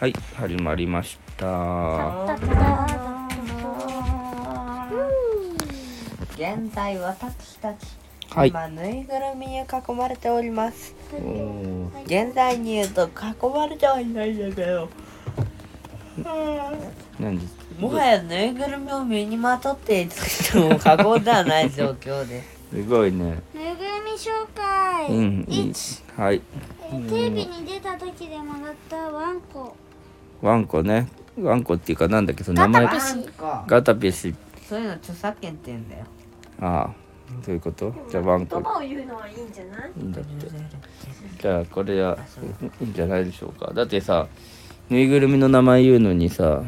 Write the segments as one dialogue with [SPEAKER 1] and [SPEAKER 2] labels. [SPEAKER 1] はい始まりました
[SPEAKER 2] 現在私たち、
[SPEAKER 1] はい
[SPEAKER 2] 今ぬいぐるみに囲まれております
[SPEAKER 1] おー
[SPEAKER 2] 現在に言うと囲まれてはいないんだけど
[SPEAKER 1] 何です
[SPEAKER 2] もはやぬいぐるみを身にまとっていつも過言ではない状況です
[SPEAKER 1] すごいね
[SPEAKER 3] ぬいぐるみ紹介、
[SPEAKER 1] うんいい
[SPEAKER 3] 1、
[SPEAKER 1] はい
[SPEAKER 3] えーテレビに出た時でもらったワンコ
[SPEAKER 1] ワンコねワンコっていうかなんだっけその名
[SPEAKER 3] ガ
[SPEAKER 1] 前
[SPEAKER 3] タピ
[SPEAKER 1] ガ
[SPEAKER 3] シ
[SPEAKER 2] か
[SPEAKER 1] タピシ
[SPEAKER 2] そういうの著作権って言うんだよ
[SPEAKER 1] ああそういうことじゃあワンコ
[SPEAKER 4] 言葉を言うのはいいんじゃない
[SPEAKER 1] いいんだってじゃあこれはいいんじゃないでしょうかだってさぬいぐるみの名前言うのにさ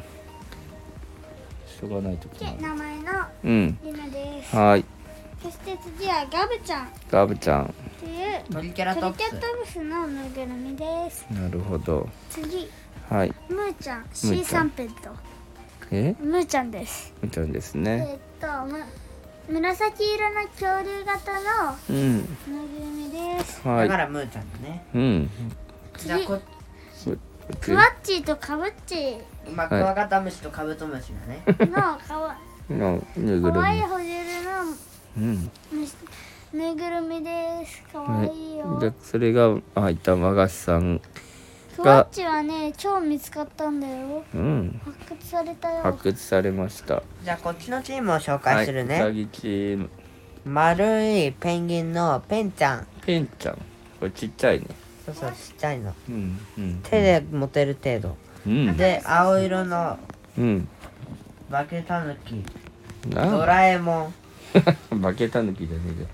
[SPEAKER 1] しょうがない時
[SPEAKER 3] で
[SPEAKER 1] もある
[SPEAKER 3] 名前の
[SPEAKER 1] うん
[SPEAKER 3] りなです
[SPEAKER 1] はい
[SPEAKER 3] そして次はガブちゃんっ
[SPEAKER 1] ガブちゃん
[SPEAKER 3] ていう
[SPEAKER 2] トリケラ
[SPEAKER 3] ト
[SPEAKER 2] ト
[SPEAKER 3] リ
[SPEAKER 2] プ
[SPEAKER 3] ケ
[SPEAKER 2] ス
[SPEAKER 3] ラトプスのぬいぐるみです
[SPEAKER 1] なるほど
[SPEAKER 3] 次
[SPEAKER 1] はい
[SPEAKER 3] ムーちゃん C サンペット
[SPEAKER 1] え
[SPEAKER 3] ムーちゃんです
[SPEAKER 1] みたいです
[SPEAKER 3] え
[SPEAKER 1] ね
[SPEAKER 3] ーっとむ紫色の恐竜型の
[SPEAKER 1] うん
[SPEAKER 3] ぬいぐるみです
[SPEAKER 1] は
[SPEAKER 2] だ
[SPEAKER 1] い
[SPEAKER 2] からムーちゃんだね
[SPEAKER 1] うん
[SPEAKER 2] じゃあこ
[SPEAKER 1] こっち
[SPEAKER 3] クワッチーとカブッチ
[SPEAKER 2] まあクワガタムシとカブトムシだ ね
[SPEAKER 3] ーのかわ
[SPEAKER 1] のぬいぐ
[SPEAKER 3] か
[SPEAKER 1] る
[SPEAKER 3] わいいホジルの
[SPEAKER 1] みうん
[SPEAKER 3] むしぬいぐるみです。かわいいよ。
[SPEAKER 1] はいでそれが入った和菓子さん
[SPEAKER 3] クワッチはね、超見つかったんだよ。
[SPEAKER 1] うん
[SPEAKER 3] 発掘されたよ
[SPEAKER 1] 発。掘されました
[SPEAKER 2] じゃあこっちのチームを紹
[SPEAKER 1] は
[SPEAKER 2] 介
[SPEAKER 1] い
[SPEAKER 2] する
[SPEAKER 1] う
[SPEAKER 2] ね、
[SPEAKER 1] さぎチーム
[SPEAKER 2] 丸いペンギンのペンちゃん
[SPEAKER 1] ペンちゃんこれちっちゃいね
[SPEAKER 2] そうそうちっちゃいの
[SPEAKER 1] うんうん
[SPEAKER 2] 手で持てる程度、
[SPEAKER 1] うん
[SPEAKER 2] で青色の
[SPEAKER 1] うん
[SPEAKER 2] 化けタヌキド
[SPEAKER 1] な
[SPEAKER 2] ラえもん
[SPEAKER 1] 負けたぬきじゃねえ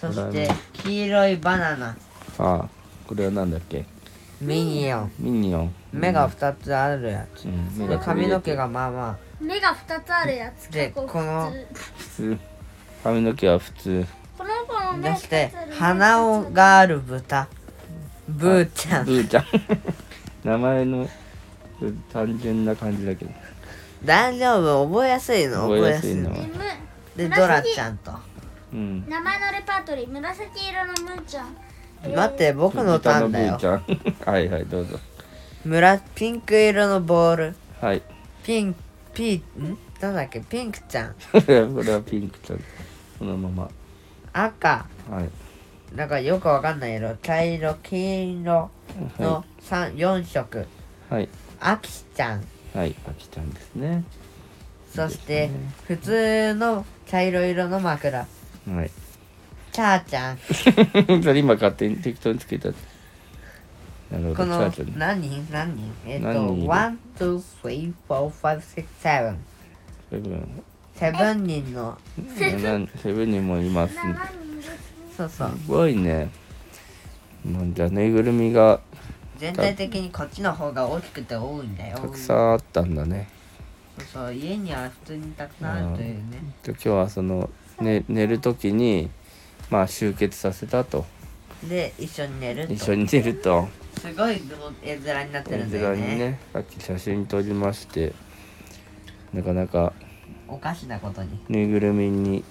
[SPEAKER 2] そして黄色いバナナ
[SPEAKER 1] かああこれはなんだっけ
[SPEAKER 2] ミニオン
[SPEAKER 1] ミニオン
[SPEAKER 2] 目が2つあるやつ
[SPEAKER 1] うん目
[SPEAKER 2] で
[SPEAKER 1] が
[SPEAKER 2] 髪の毛
[SPEAKER 1] が
[SPEAKER 2] がまあま
[SPEAKER 3] 目が二つあるやつ。
[SPEAKER 2] で
[SPEAKER 3] 結構
[SPEAKER 2] この
[SPEAKER 3] 普通
[SPEAKER 1] 普通髪の毛は普通
[SPEAKER 3] この子の
[SPEAKER 2] あ
[SPEAKER 3] 目
[SPEAKER 2] そ
[SPEAKER 3] が
[SPEAKER 2] して鼻をがある豚ブーちゃん
[SPEAKER 1] ブーちゃん 名前のうん単純な感じだけど
[SPEAKER 2] 大丈夫覚えやすいの覚
[SPEAKER 1] 覚え
[SPEAKER 2] え
[SPEAKER 1] やす
[SPEAKER 2] やす
[SPEAKER 1] い
[SPEAKER 2] い
[SPEAKER 1] の
[SPEAKER 2] の
[SPEAKER 1] は
[SPEAKER 3] でむ
[SPEAKER 2] でドラちゃんと
[SPEAKER 1] うん
[SPEAKER 3] 名前のレパートリー、紫色のむーちゃん。
[SPEAKER 2] 待って僕のターンだよ
[SPEAKER 1] 豚のブーちゃんはいはいどうぞ
[SPEAKER 2] むらピンク色のボール
[SPEAKER 1] はい
[SPEAKER 2] ピンピーんなんだっけピンクちゃん
[SPEAKER 1] これはこれはピンクちゃんそのまま
[SPEAKER 2] 赤
[SPEAKER 1] はい
[SPEAKER 2] なんかよくわかんない色茶色黄色の三4色
[SPEAKER 1] はい
[SPEAKER 2] あきちゃん
[SPEAKER 1] はいあきちゃんですね
[SPEAKER 2] そして普通の茶色色の枕
[SPEAKER 1] はい
[SPEAKER 2] チャーちゃん
[SPEAKER 1] それ今勝手に適当につけたなるほどチ
[SPEAKER 2] こ
[SPEAKER 1] ャ
[SPEAKER 2] の
[SPEAKER 1] ーちゃんね
[SPEAKER 2] 何人何人えっ
[SPEAKER 1] 何人い
[SPEAKER 2] と
[SPEAKER 1] る
[SPEAKER 2] ワンツースリーフォーファイブシックセブン
[SPEAKER 1] セブン
[SPEAKER 2] セブン人の
[SPEAKER 1] 7セブンにもいますね
[SPEAKER 3] 長いんです
[SPEAKER 2] そうそう
[SPEAKER 1] すごいねもうじゃあぬいぐるみが
[SPEAKER 2] 全体的にこっちの方が大きくて多いんだよ
[SPEAKER 1] たくさんあったんだね
[SPEAKER 2] そうそう家には普通にたくさんあるというね
[SPEAKER 1] で今日はその、ね、寝る時にまあ集結させたと
[SPEAKER 2] で一緒に寝ると
[SPEAKER 1] 一緒に寝ると
[SPEAKER 2] すごいど絵面になって
[SPEAKER 1] 絵
[SPEAKER 2] るんだよ
[SPEAKER 1] 面に
[SPEAKER 2] ね
[SPEAKER 1] ねさっき写真撮りましてなかなか
[SPEAKER 2] おかしなことに
[SPEAKER 1] ぬいぐるみに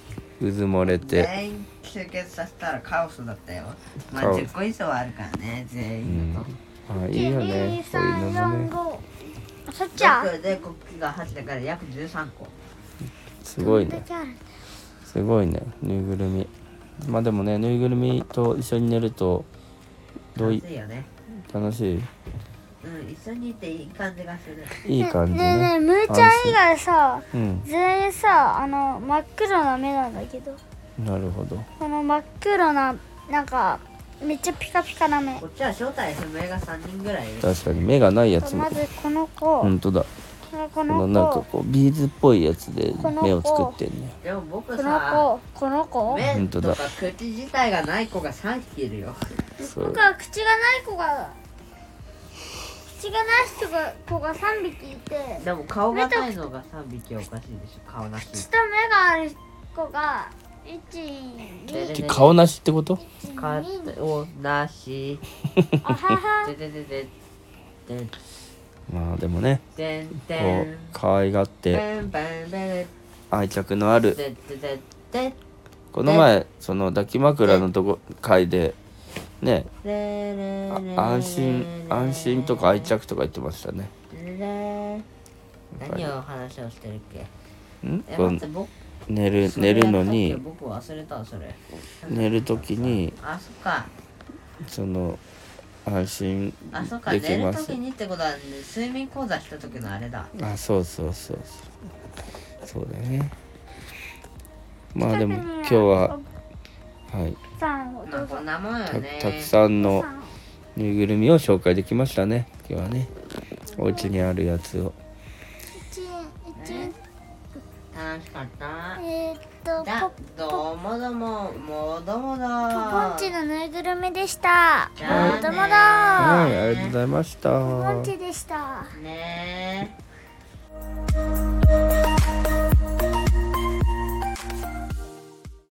[SPEAKER 1] うずもれて、
[SPEAKER 2] 全員集結させたらカオスだったよまあ
[SPEAKER 1] カオス
[SPEAKER 2] 10個以上はあるからね全員のと、
[SPEAKER 1] あい
[SPEAKER 3] 一
[SPEAKER 1] いよ
[SPEAKER 3] 二
[SPEAKER 1] ねこういう
[SPEAKER 3] 三
[SPEAKER 1] のも
[SPEAKER 3] 四
[SPEAKER 1] ね
[SPEAKER 3] 五。そっちは。
[SPEAKER 2] 約でこっちが8だから約13個
[SPEAKER 1] すごい
[SPEAKER 3] こん
[SPEAKER 1] ね
[SPEAKER 3] だけある
[SPEAKER 1] すごいねぬいぐるみまあでもねぬいぐるみと一緒に寝るとどうい
[SPEAKER 2] 楽しいよね
[SPEAKER 1] 楽しい
[SPEAKER 2] うん一緒にいていい感じがする
[SPEAKER 1] いい感じ
[SPEAKER 3] ねえね
[SPEAKER 1] ね
[SPEAKER 3] え、むーちゃん以外さ、
[SPEAKER 1] うん
[SPEAKER 3] 全員さ、あの、真っ黒な目なんだけど。
[SPEAKER 1] なるほど
[SPEAKER 3] この真っ黒ななんかめっちゃピカピカな目
[SPEAKER 2] こっちは正体不明が3人ぐらいいる
[SPEAKER 1] 確かに目がないやつも
[SPEAKER 3] まずこの子、
[SPEAKER 1] 本当だ
[SPEAKER 3] こ
[SPEAKER 1] この
[SPEAKER 3] の
[SPEAKER 1] なん
[SPEAKER 3] 子
[SPEAKER 1] かこうビーズっぽいやつで
[SPEAKER 3] この子
[SPEAKER 1] 目を作ってんね
[SPEAKER 2] でも僕
[SPEAKER 3] この
[SPEAKER 2] さ
[SPEAKER 3] 子この子
[SPEAKER 2] 目
[SPEAKER 1] 本当
[SPEAKER 2] と
[SPEAKER 1] だ
[SPEAKER 2] か口自体がない子が3匹いるよ
[SPEAKER 1] そう
[SPEAKER 3] 僕は口がない子が口がない人が子が3匹いて
[SPEAKER 2] でも顔がないのが3匹おかしいでしょ顔なし
[SPEAKER 3] 口と目がある子が
[SPEAKER 2] で
[SPEAKER 3] 123
[SPEAKER 2] で
[SPEAKER 1] 顔なしってこと
[SPEAKER 2] 顔なし
[SPEAKER 3] あはは
[SPEAKER 2] ででででで
[SPEAKER 1] まあでもね
[SPEAKER 2] でん
[SPEAKER 1] こ
[SPEAKER 2] で
[SPEAKER 1] うん可愛がって
[SPEAKER 2] でんでんでん
[SPEAKER 1] 愛着のある
[SPEAKER 2] でででで
[SPEAKER 1] この前その抱き枕のとこ会でね
[SPEAKER 2] レレ
[SPEAKER 1] あ
[SPEAKER 2] レ
[SPEAKER 1] 安心安心とか愛着とか言ってましたね
[SPEAKER 2] レ何を話をしてるっけ
[SPEAKER 1] ん
[SPEAKER 2] え、
[SPEAKER 1] こ
[SPEAKER 2] 待っ
[SPEAKER 1] ん
[SPEAKER 2] て、僕
[SPEAKER 1] 寝る
[SPEAKER 2] それ
[SPEAKER 1] 寝
[SPEAKER 2] やった
[SPEAKER 1] る
[SPEAKER 2] っけ
[SPEAKER 1] のに
[SPEAKER 2] 僕忘れた、それ。
[SPEAKER 1] 寝る時に
[SPEAKER 2] あ、そっか。
[SPEAKER 1] その安心
[SPEAKER 2] あ、そっか。
[SPEAKER 1] でき
[SPEAKER 2] 寝る
[SPEAKER 1] ま
[SPEAKER 2] と
[SPEAKER 1] す
[SPEAKER 2] きにってことは、睡眠講座したときのあれだ。
[SPEAKER 1] あそうそうそうそうそうだねまあでも今日ははい
[SPEAKER 3] さんお
[SPEAKER 2] まあ、
[SPEAKER 3] 父さ
[SPEAKER 2] こ
[SPEAKER 3] ん
[SPEAKER 2] んなもんよ
[SPEAKER 1] た
[SPEAKER 2] ね。
[SPEAKER 1] たくさんの
[SPEAKER 3] さん
[SPEAKER 1] ぬいぐるみを紹介できましたね今日はねお家にあるやつを
[SPEAKER 3] 一円一円
[SPEAKER 2] 楽しかった。
[SPEAKER 3] えーっと
[SPEAKER 2] だ
[SPEAKER 3] ポ、
[SPEAKER 2] どうもどうも、もども
[SPEAKER 3] ポポン
[SPEAKER 2] だ。
[SPEAKER 3] チのぬいぐるみでした
[SPEAKER 2] じゃあね
[SPEAKER 3] どうもだ
[SPEAKER 1] はいありがとうございまし
[SPEAKER 3] ポ
[SPEAKER 1] た
[SPEAKER 3] ンチでした
[SPEAKER 2] ねえ。